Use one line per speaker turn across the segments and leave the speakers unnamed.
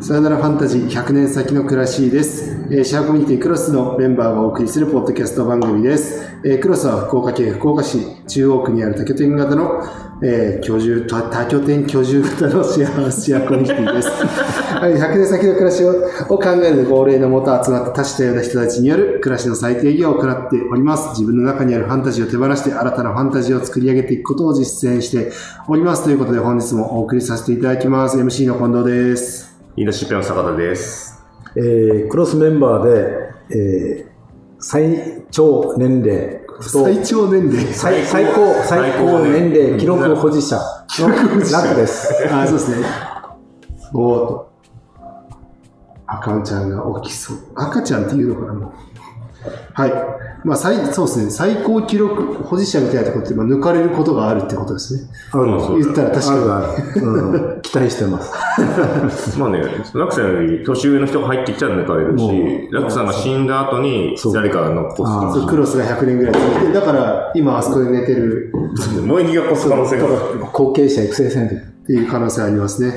さよならファンタジー100年先の暮らしです、えー、シェアコミュニティクロスのメンバーがお送りするポッドキャスト番組です、えー、クロスは福岡県福岡市中央区にある多拠点型の、えー、居住多拠点居住型の シェアシェアコミュニティです、 はい、100年先の暮らしをを考える号令のもと集まった多種多様な人たちによる暮らしの最低限を行っております自分の中にあるファンタジーを手放して新たなファンタジーを作り上げていくことを実践しておりますということで本日もお送りさせていただきます MC の近藤です
リーダーシップの坂田です。
えー、クロスメンバーで、えー、最長年齢
最長年齢
最高、最高年齢記録保持者の楽です。
あ、そうですね。お赤ちゃんが起きそう。赤ちゃんっていうのかな、もう。はい。まあ、最、そうですね。最高記録保持者みたいなところって、まあ、抜かれることがあるってことですね。
ある
言ったら確
かに。うん、期待してます。
まあね、ラクさんより年上の人が入ってきたら抜かれるし、ラクさんが死んだ後に誰かが残す
そう。クロスが100年ぐらい続いて、だから今あそこで寝てる。
萌木が越す可能性が
後継者育成センター。って
いう可能性ありますね。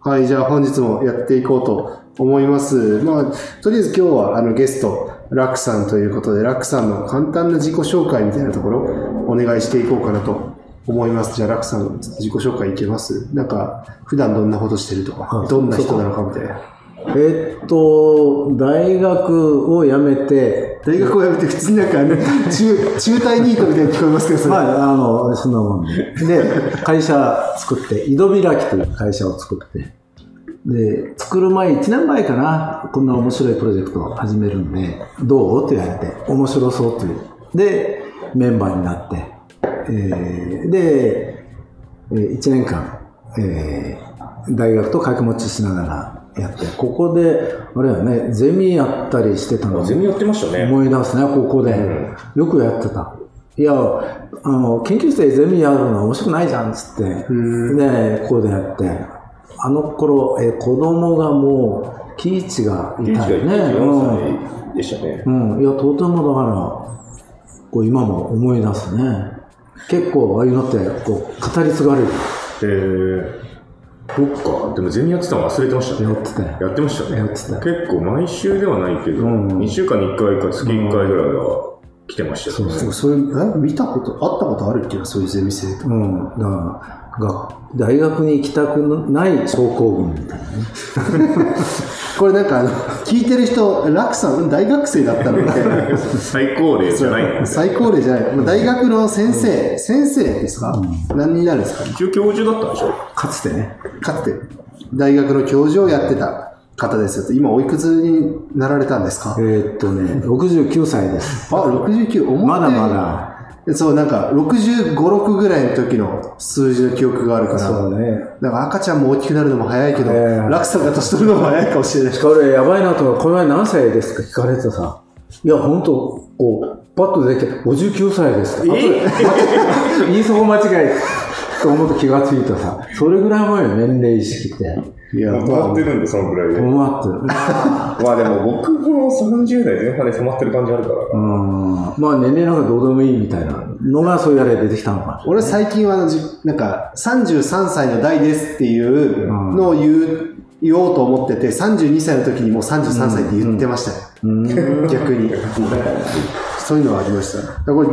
はい、じゃあ本日もやっていこうと思います。まあ、とりあえず今日はあのゲスト、ラクさんということで、ラクさんの簡単な自己紹介みたいなところ、お願いしていこうかなと思います。じゃあ、ラクさん、自己紹介いけますなんか、普段どんなことしてるとか、はい、どんな人なのかみたいな。
えー、っと、大学を辞めて、
大学を辞めて、普通になんか、ね、中、中退ニートみたいに聞こえますけど、そ
れ。まあ、あの、そんなもんで、ね。で、会社作って、井戸開きという会社を作って、で、作る前、1年前かな、こんな面白いプロジェクトを始めるんで、どうって言われて、面白そうという。で、メンバーになって、えー、で、1年間、えー、大学と掛け持ちしながらやって、ここで、あれはね、ゼミやったりしてたの。
ゼミやってましたね。
思い出すね、ここで。よくやってた。いや、あの、研究室でゼミやるのは面白くないじゃん、つって。で、ここでやって。あの頃、えー、子供がもう、喜一がいたよね。
うん、でしたね。
うん。いや、とてもだから、こう今も思い出すね。結構、ああいうのって、こう、語り継がれる。
へえそっか。でも、ゼミやってたの忘れてました
ね。やってた
やってましたね。
やってた
結構、毎週ではないけど、うん、2週間に1回か月1回ぐらいは、来てました
ね、うん、そうそういうえ見たことあったことあるっていうそういうゼミ生
とうんだから大学に行きたくない症候群みたいなね
これなんかあの聞いてる人楽さん大学生だったのみたいな
最高齢じゃない
最高齢じゃない、まあ、大学の先生、うん、先生ですか、うん、何になるんですか
一応教授だったんでしょ
かつてね
かつて大学の教授をやってた方ですよ今おいくつになられたんですか
えー、っとね69歳です
あ69思
まだまだ
そう、なんか、65、6ぐらいの時の数字の記憶があるから。
そうね。
なんか赤ちゃんも大きくなるのも早いけど、えー、落差が年取るのも早いかもしれない。
これやばいなとか、この前何歳ですか聞かれてさ。いや、本当こう、パッと出てきて、59歳です
と。え
ー、言いそこ間違い。と思って気がついたさ。それぐらい前よ、年齢意識って。
いや、止まってるんで、そのぐらいで。
止まってる。。
まあでも、僕も30代前半で止まってる感じあるから。うん
まあ、年齢なんかどうでもいいみたいなのが、そういうあれ出てきたのか。
俺、最近は、なんか、33歳の代ですっていうのを言う、うん言おうと思ってて、32歳の時にもう33歳って言ってましたよ。うんうん、逆に。そういうのはありました。これ、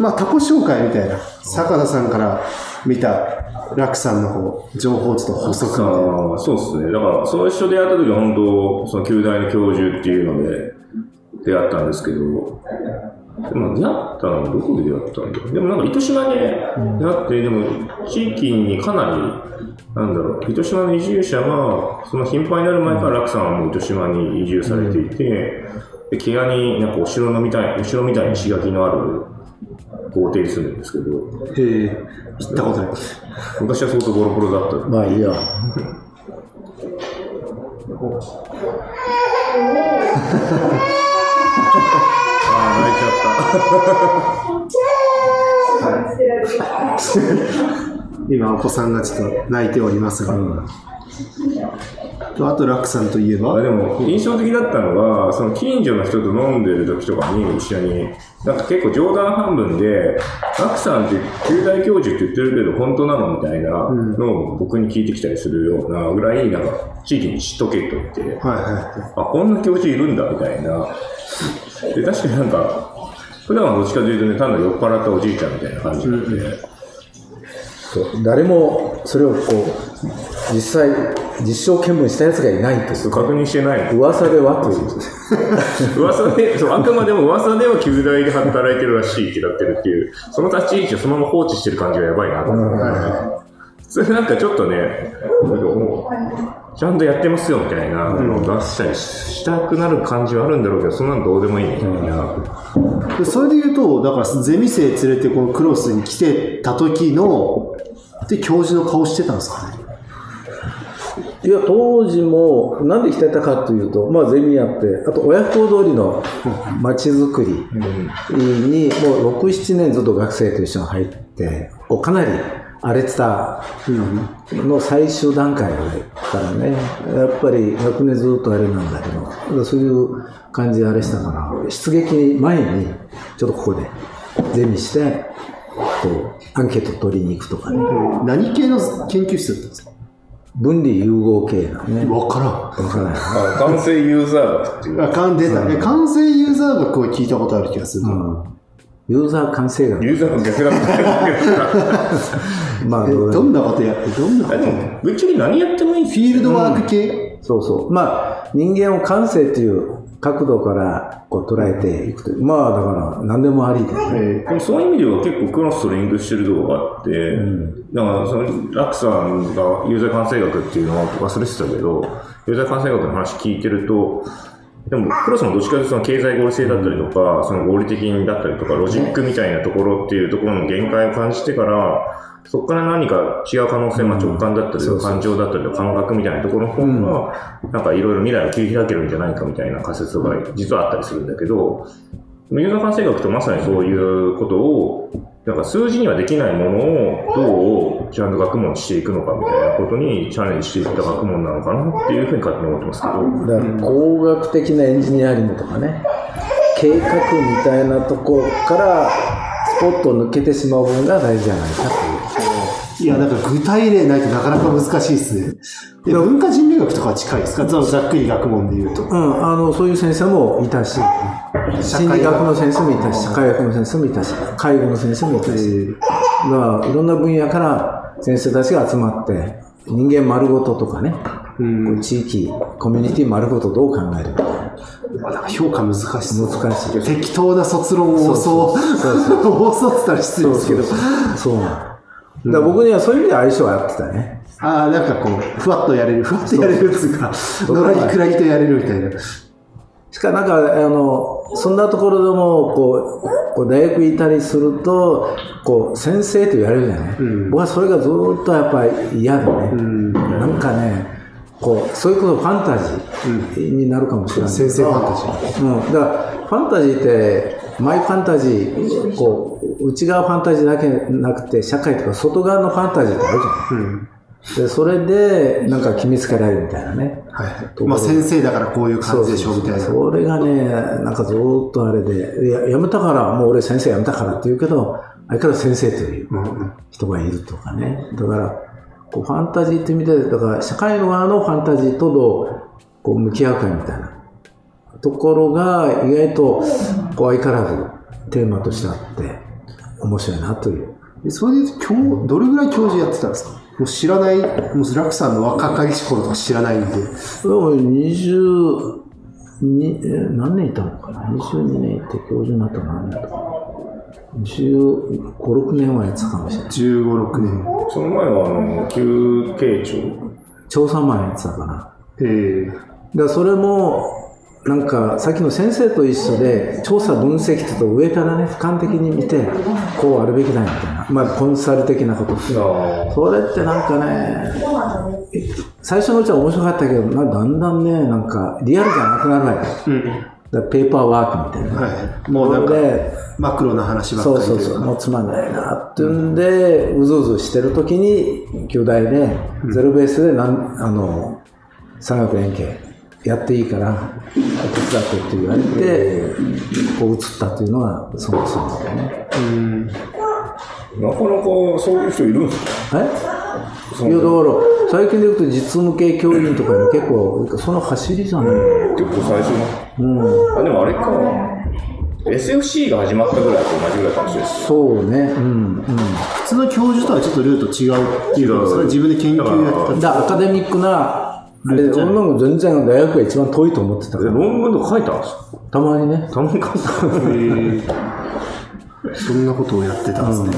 まあ、タコ紹介みたいな。坂田さんから見た、楽さんのこう、情報ちょっと補足みたいな。
そうですね。だから、その一緒でやった時は本当、その旧大の教授っていうので、出会ったんですけど、でも出会ったのはどこで出会ったんだでもなんか糸島で出会って、でも地域にかなり、なんだろう、糸島の移住者が、その頻繁になる前から楽さんはもう糸島に移住されていて、で、毛ガになんかお城のみたい、お城みたいに石垣のある豪邸に住んでるんですけど。
へえ、行ったことない。
昔は相当ボロボロだった。
まあいいや。
あ泣いち
っ
ゃ
た。今お子さんがちょっと泣いておりますが、うん、とあと、ラックさんといえ
あ
ば、
でも印象的だったのは、その近所の人と飲んでる時とかに一緒に、なんか結構冗談半分で、アクさんって旧大教授って言ってるけど本当なのみたいなのを僕に聞いてきたりするようなぐらい、なんか地域に知っとけと言って、
はいは
あ、こんな教授いるんだみたいな。で、確かになんか、普段はどっちかというとね、単なる酔っ払ったおじいちゃんみたいな感じなんで、
そう誰もそれをこう実際実証見分したやつがいないという
確認してないの
噂ではという
噂で、そう、あくまでも噂では旧大で働いてるらしいってなってるっていう、その立ち位置をそのまま放置してる感じがやばいなと思って。それなんかちょっとね、なんかもうちゃんとやってますよみたいなのを出したりししたくなる感じはあるんだろうけど、そんなのどうでもいいみたいな。
い。でそれで言うと、だから、ゼミ生連れてこのクロスに来てた時の、で、教授の顔してたんですかね。
いや、当時も、なんで来てたかというと、まあ、ゼミやって、あと親不孝通りの街づくりに、もう6、7年ずっと学生と一緒に入って、こうかなり荒れてたの最終段階だからね、やっぱり100年ずっとあれなんだけど、だからそういう感じであれしたから、出撃前に、ちょっとここでゼミして、こう、アンケート取りに行くとかね、
何系の研究室だったんですか
分離融合系なね。
わか
わからない
あ完成ユーザー学ってい
らん。あ、勘出たね。完成ユーザー学は聞いたことある気がするな。
うんユーザー完成が、
ユーザー学逆だったんだけど な
まあ、
え
どうだ
どんなことやって、どんなこ
あ
と
でも、ぶっちゃけ何やってもいい
フィールドワーク系、
そうそう、まあ、人間を感性という角度からこう捉えていくという、まあ、だから、何でもありだよね。
えー
でもそういう意味では結構クロスとリンクしてるとこがあって、だからそのラクさんがユーザー完成学っていうのは忘れてたけど、ユーザー完成学の話聞いてると、でもクロスもどっちかというとその経済合理性だったりとか、その合理的だったりとか、ロジックみたいなところっていうところの限界を感じてから、そこから何か違う可能性、まあ、直感だったりとか、感情だったりとか、感覚みたいなところの方が、なんかいろいろ未来を切り開けるんじゃないかみたいな仮説が実はあったりするんだけど、ユーザー感性学とまさにそういうことを、なんか数字にはできないものをどうちゃんと学問していくのかみたいなことにチャレンジしていった学問なのかなっていうふうに勝手に思ってますけど。
だから、工学的なエンジニアリングとかね、計画みたいなところから、スポットを抜けてしまう分が大事じゃないかと
いや、なんか具体例ないとなかなか難しいですね。で文化人類学とかは近いですかざざっくり学問で言うと。
いう。うん、あの、そういう先生もいたし、心理学の先生もいたし、社会学の先生もいたし、介護の先生もいたし、まあ、いろんな分野から先生たちが集まって、人間丸ごととかね、こう地域、コミュニティ丸ごとどう考えるか、
まあなんか評価難しそう。
難しい。
適当な卒論を多そう。多そうって言ったら失礼ですけど。
そうなの。だから僕にはそういう意味で相性は合ってたね。
ああ、なんかこう、ふわっとやれる。ふわっとやれるっつうか、のらりくらりとやれるみたいな。
しかなんか、あの、そんなところでも、こう、こう大学いたりすると、こう、先生と言われるじゃない、僕はそれがずっとやっぱり嫌でね、なんかね、こう、そういうことファンタジーになるかもしれない。
先生ファンタジー。
うん、だからファンタジーってマイファンタジーこう内側ファンタジーだけなくて社会とか外側のファンタジーってあるじゃない、でそれでなんか決めつけられるみたいなね
はい。まあ先生だからこういう感じでしょみたいな。
それがねなんかずーっとあれでいややめたからもう俺先生やめたからって言うけど相変わらず先生という人がいるとかねだからこうファンタジーって意味でだから社会の側のファンタジーとどうこう向き合うかみたいなところが意外とこう相変わらずテーマとしてあって面白いなという
でそれで言うと教どれぐらい教授やってたんですかもう知らない、もうラクさんの若かりし頃とか知らないんで。
でも20にえー何年いたのかな22年いて教授になったの何年とか15、6年はやってたかもしれない。
15、6年。
その前は、あの、休憩長。
調査マンやってたかな。
ええ
だからそれも、なんか、さっきの先生と一緒で、調査分析って言うと上からね、俯瞰的に見て、こうあるべきだみたいな。まあ、コンサル的なこと。
あ
それってなんかね、最初のうちは面白かったけど、なだんだんね、なんか、リアルじゃなくなるわけ。だからペーパーワークみたいな。
はい。もうなんか
そ、れで
マクロな話ばっかり
そう
とい
そうそう、もうつまんないなっていうんで、うずうずしてる時に、巨大で、ゼロベースでなん、あの、三学連携やっていいから手伝ってって言われてこう移ったというのはそもそもね
なかなかそういう人いるんですか
えいやだから最近でいうと実務系教員とかに結構その走りじゃない
結構最初の。あ、でもあれか。SFC が始まったぐらいと同じぐらいかもしれないです。
そうねうんうん
普通の教授とはちょっとルート違うっていう
違
か、
う
それは自分で研究やってたんで
だアカデミックなあれ俺も全然大学が一番遠いと思ってた
え
から
論文とか書いたんですか
たまにね
たまに書いたんですか
そんなことをやってたんですね。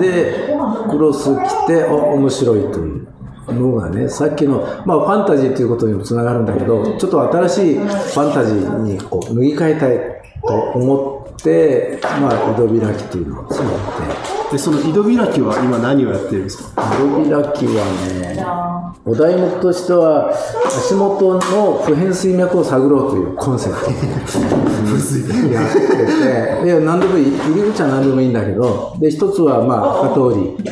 でクロス来てお面白いというのがねさっきの、まあ、ファンタジーということにもつながるんだけどちょっと新しいファンタジーにこう脱ぎ替えたいと思って、まあ、井戸開きというのを作って
で、その井戸開きは今何をやってるんですか
井戸開きはねお題目としては足元の普遍水脈を探ろうというコンセプトにやってていや何でもいい入り口は何でもいいんだけどで一つはまあ赤通り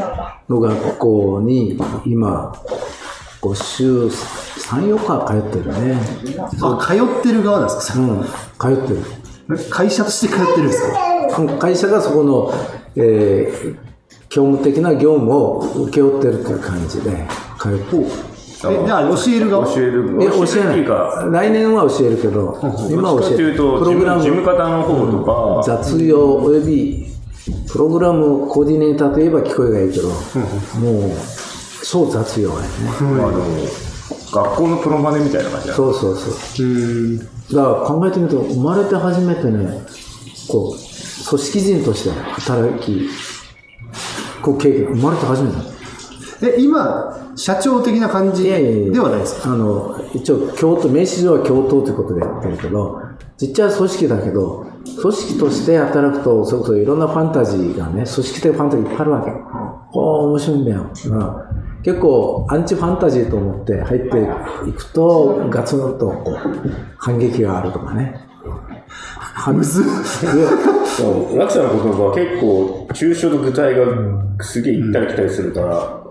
の学校に今5週34日通ってるね
あ、通ってる側なんですか
うん通ってる
会社として通ってるんですか
うん会社がそこの、えー業務的な業務を請け負ってるという感じで通ってる
え、じゃあ教える側
教える。
え教え
っ
な
ていう
い
か、
来年は教えるけど今
どっ
は
ち
教
か
え
という
る
と、事
プログ
務
ラ
事務
ム
方の方とか、
雑用およびプログラムコーディネーターといえば聞こえがいいけどもうそう雑用やね
あの、学校のプロマネみたいな感じなんです
そうそうそう
ーん。
うだから考えてみると生まれて初めてねこう組織人として働きこう経験生まれて初めて
え、今、社長的な感じ
いやいやいや
ではないですか
あの一応教頭名刺上は教頭ということでやってるけどちっちゃい組織だけど組織として働くとそれこそいろんなファンタジーがね組織的ファンタジーいっぱいあるわけおお面白いんだよ、うん、結構アンチファンタジーと思って入っていくとガツンとこう反撃があるとかねむず
そう、ラクさんの言葉は結構、抽象と具体がすげえ行ったり来たりするから、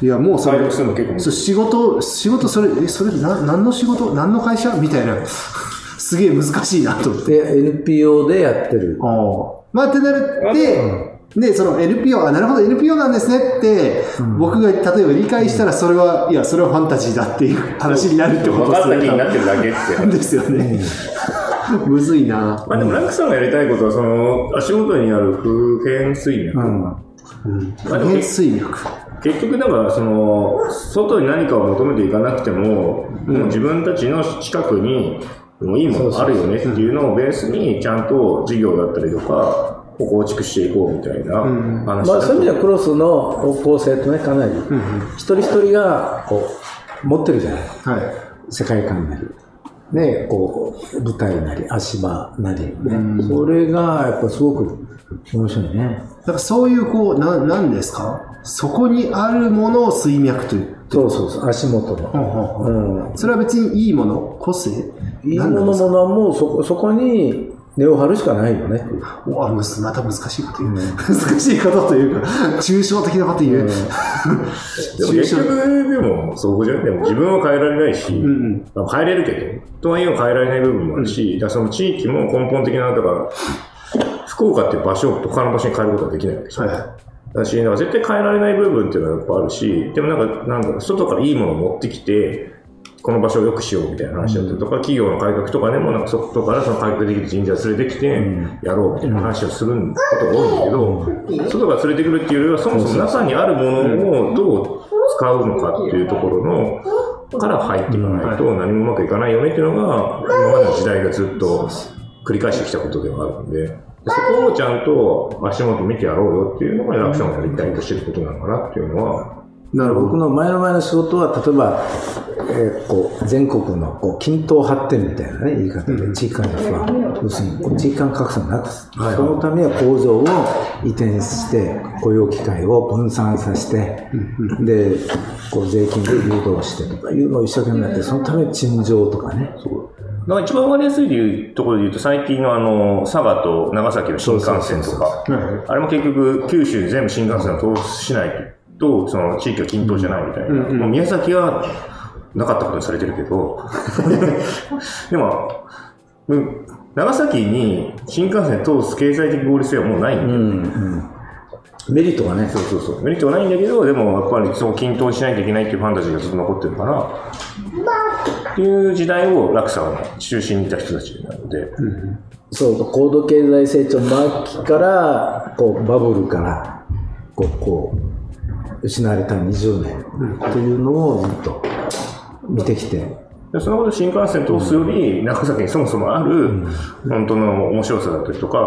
いや、もうそ
解
れ
読、するの結構難し
そう仕事、仕事、それ、え、それ、な何の仕事何の会社みたいな。 すげえ難しいなと思って。
で NPO でやってる
ああ。まあ、ってなるで、で、その NPO、あ、なるほど、NPO なんですねって、僕が例えば理解したら、それは、いや、それはファンタジーだっていう話になるって
い。
こ
分
と
か
で
っ
す
た気に
ね。
なってるだけって。
ですよね。むずいな。
まあでも、ラクさんがやりたいことは、その、足元にある普遍水脈。
普遍水脈。
結局、だから、その、外に何かを求めていかなくても、もう自分たちの近くに、もういいものあるよねっていうのをベースに、ちゃんと事業だったりとか、を構築していこうみたいな話だと
まあ、そういう意味ではクロスの方向性とねかなり一人一人がこう持ってるじゃない
は
世界観なり、ね、こう舞台なり足場なり、ね、それがやっぱすごく面白いね
い。だからそういう、こう、な、なんですかそこにあるものを水脈という。
そうそうそう足元の、うん、
それは別にいいもの、個性
いいも
何な
の
ん
も
ですか
のはもうそこそこに根を張るしかないよね
おあむすまた難しいこと言う、難しいことというか、抽象的なこと言う。
でも
抽
結
象
局、でも、そこじゃなくても自分は変えられないし、
ん
まあ変えれるけど、とはいえ変えられない部分もあるし、だからその地域も根本的な、だから、福岡っていう場所を他の場所に変えることはできないわけじゃん。
は
だし、なんか絶対変えられない部分っていうのはやっぱあるし、でもなんか、なんだろう、外からいいものを持ってきて、この場所を良くしようみたいな話だったりとか、企業の改革とかでも、なんか外からその改革できる人材を連れてきて、やろうみたいな話をすることが多いんだけど、外から連れてくるっていうよりは、そもそも中にあるものをどう使うのかっていうところの、から入っていかないと何もうまくいかないよねっていうのが、今までの時代がずっと繰り返してきたことではあるんで、そこをちゃんと足元見てやろうよっていうのが、ラクションをやりたいとしてることなのかなっていうのは、
い。なる
僕。の前の前の仕事は例えば、えーこう全国のこう均等発展みたいな、ね、言い方で地域間格差要するにこう地域間格差をなくす、そのためには工場を移転して雇用機会を分散させて、でこう税金で誘導してとかいうのを一生懸命やってそのために陳情とかね
だから一番わかりやすいいうところで言うと、最近のあの、佐賀と長崎の新幹線とか、あれも結局、九州全部新幹線を通しないと、その地域は均等じゃないみたいな。もう宮崎は、なかったことにされてるけど、 でも、うん長崎に新幹線通す経済的合理性はもうないん
う
で、
んうんメリットがね
そうそうそう、メリットはないんだけど、でもやっぱりそう均等にしないといけないっていうファンタジーがずっと残ってるから、っていう時代を落差の中心にいた人たちなので、
そう高度経済成長末期からこうバブルからこうこう失われた20年というのをずっと見てきて
でそのこと新幹線通すより、長崎にそもそもある、本当の面白さだったりとか、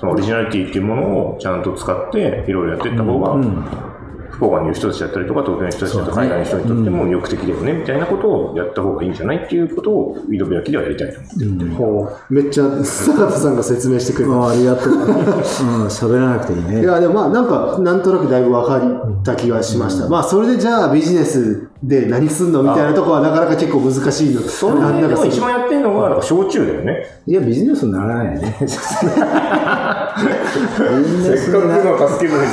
そのオリジナリティっていうものをちゃんと使って、いろいろやっていった方が、福岡にいる人たちだったりとか、東京の人たちだったり、海外の人にとっても魅力的だよね、みたいなことをやった方がいいんじゃないっていうことを、井戸開きではやりたいと思ってるんで。
こうめっちゃ坂田さんが説明してくれた
ああり がとううん喋らなくていい
い
ね
やでもまあなんかなんとなくだいぶ分かった気がしました、まあそれでじゃあビジネスで何すんのみたいなとこはなかなか結構難しいの
その
なん
辺
だ
で
か
も
すごい
一番やってるのは、なんか焼酎だよね。
いやビジネスにならないよ ねビジネスにな
の助け舟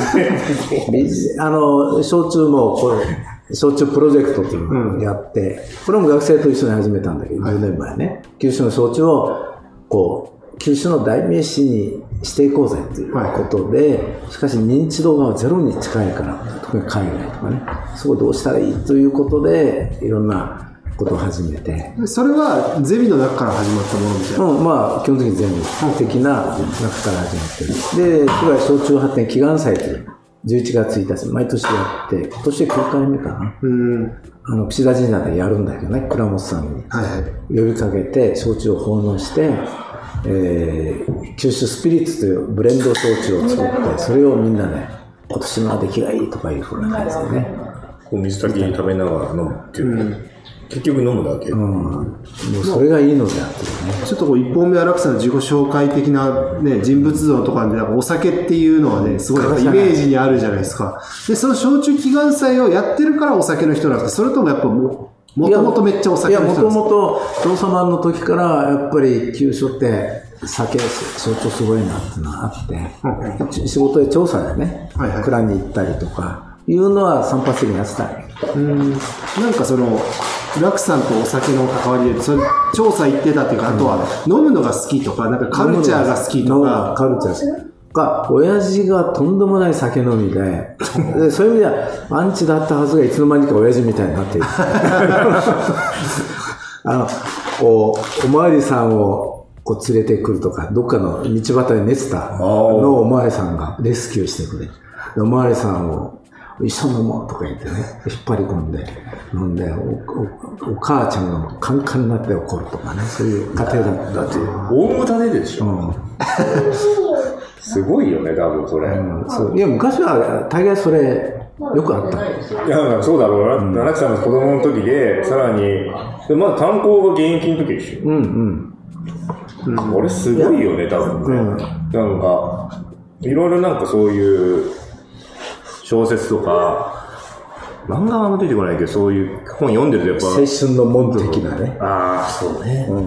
で。
ビジあの焼酎もこれ焼酎プロジェクトっていうのをやって、これも学生と一緒に始めたんだけど、10年前ね九州の焼酎をこう九州の代名詞にしていこうぜっていうことで、しかし認知度がゼロに近いから特に海外とかねそこどうしたらいいということでいろんなことを始めて。
それはゼミの中から始まったものみたいな、
うん、まあ、基本的に全部的な中から始まってる。で、僕は小中発展祈願祭という、11月1日、毎年やって、今年9回目かな。
うん
あの、串田神社でやるんだけどね、倉本さんに。
はいはい
呼びかけて焼酎を奉納して、えー九州スピリッツというブレンド焼酎を作ってそれをみんなで今年の出来がいいとかいうふうな感じでね、
こう水炊き食べながら飲むっていう。結局飲むだけ。
うん、もうそれがいいのであっていうね
ちょっとこう一本目は落差の自己紹介的な、ね、人物像とかでなんかお酒っていうのはねすごいやっぱイメージにあるじゃないですかでその焼酎祈願祭をやってるからお酒の人なんですかそれともやっぱももともとめっちゃお
い
酒
や
の人な
も
んですか
ともと父様の時からやっぱり急所って酒相当すごいなってのがあって、仕事で調査でね、
はいはい
蔵に行ったりとかいうのは散発的にやってた
うんなんかその落さんとお酒の関わりでそれ調査行ってたっていうか、あとは飲むのが好きとかなんかカルチャーが好きとか
カルチャーが親父がとんでもない酒飲みででそういう意味ではアンチだったはずがいつの間にか親父みたいになっている あのこうおまわりさんをこう連れてくるとかどっかの道端で寝てたのをおまわりさんがレスキューしてくれでおまわりさんを一緒に飲もうとか言ってね引っ張り込んで飲んでおおお母ちゃんがカンカンになって怒るとかねそういう家庭だったという。
大牟田ででしょ、すごいよね多分それ、
うんそういや昔は大概それよくあった
いやなんかそうだろうな、七木さんの子供の時でさらにでまだ炭鉱が現役の時でしょ、
うんうん
これすごいよね多分ね、なんかいろいろなんかそういう小説とか漫画はあんま出てこないけどそういう本読んでるとやっぱ
青春の門的なね、
ああそうね、
うん、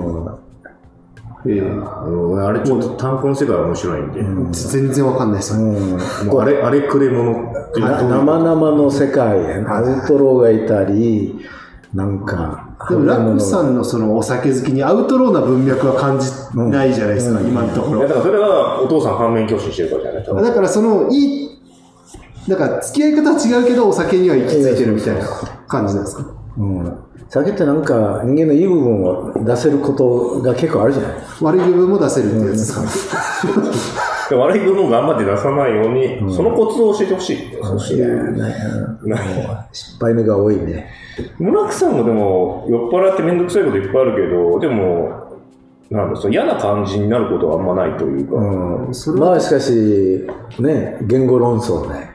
ええ
うんあれちょっと炭鉱の世界は面白いんで、
全然わかんないですよ、
もうあれあれくれ者っていう
な
の
生々の世界アウトローがいたりなんか
でもラッ
花物
クさんのそのお酒好きにアウトローな文脈は感じないじゃないですか、今のとこ
いや
ろ
だからそれがお父さん反面教師にしてるからじゃない多分
だからそのいいなんか付き合い方は違うけどお酒には行き着いてるみたいな感じなんですか
うん、酒ってなんか人間のいい部分を出せることが結構あるじゃない
悪い部分も出せるってやつですか、
で悪い部分を頑張って出さないように、そのコツを教えてほしい。そして、ない
失敗目が多いね
村木さんもでも、酔っ払って面倒くさいこといっぱいあるけど、でも、なんだ、その嫌な感じになることはあんまないというか、
うん
それ
まあしかしね言語論争 ね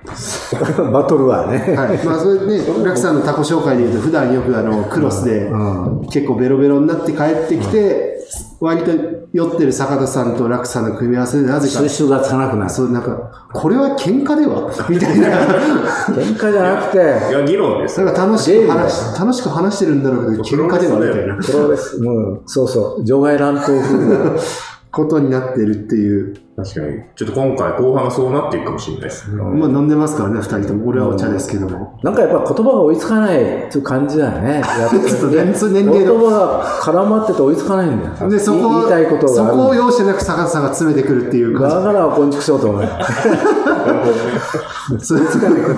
バトルはね、
はい、まあそれね、ラクさんの他己紹介で言うと、普段よくあのクロスで
ん
結構ベロベロになって帰ってきて、割と酔ってる坂田さんとラクさんの組み合わせで、なぜ
収
か、
集がつかなくなる
そうなんか、これは喧嘩ではみたいな、
喧嘩じゃなくて、
いや、議論です。
なんか楽しく話し楽しく話してるんだろうけど、喧嘩ではみたいな。
プロレス、うん、そうそう、場外乱闘風な
ことになってるっていう。
確かに。ちょっと今回、後半はそうなっていくかもしれないですね。
まあ飲んでますからね、二人とも。俺はお茶ですけども。
なんかやっぱ言葉が追いつかないっていう感じだよ ね。やっぱり
ちょっとねそう年
言
齢の
葉が絡まってて追いつかないんだよ。
で、そこ
言いたいこと
を、そ
がある
こを容赦なく逆さが詰めてくるっていう
だ
感
から、こんちくしようと 思う。
じ。そういう
つかない言葉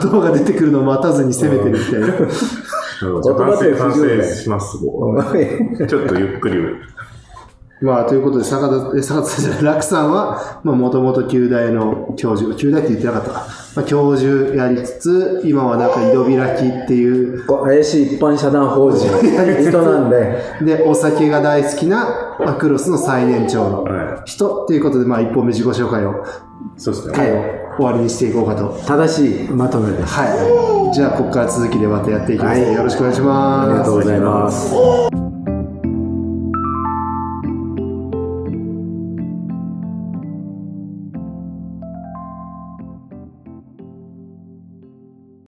言葉が出てくるのを待たずに攻めてるみたいな。
うん
言葉って
反
不自由
省
で
反省
す
します、僕は
が。
ちょっとゆっくり。
まあ、ということで、坂田、え坂田さんじゃない、楽さんは、まあ、もともと旧大の教授、旧大って言ってなかったか。まあ、教授やりつつ、今はなんか井戸開きっていう、
こう怪しい一般社団法人、人なんで、
で、お酒が大好きな、まあ、クロスの最年長の
は
人っていうことで、まあ、一本目自己紹介を、
い。そうですね。
会を終わりにしていこうかと。
正しいまとめです。
はい。じゃあ、ここから続きでまたやっていきますので、よろしくお願いします。
ありがとうございます。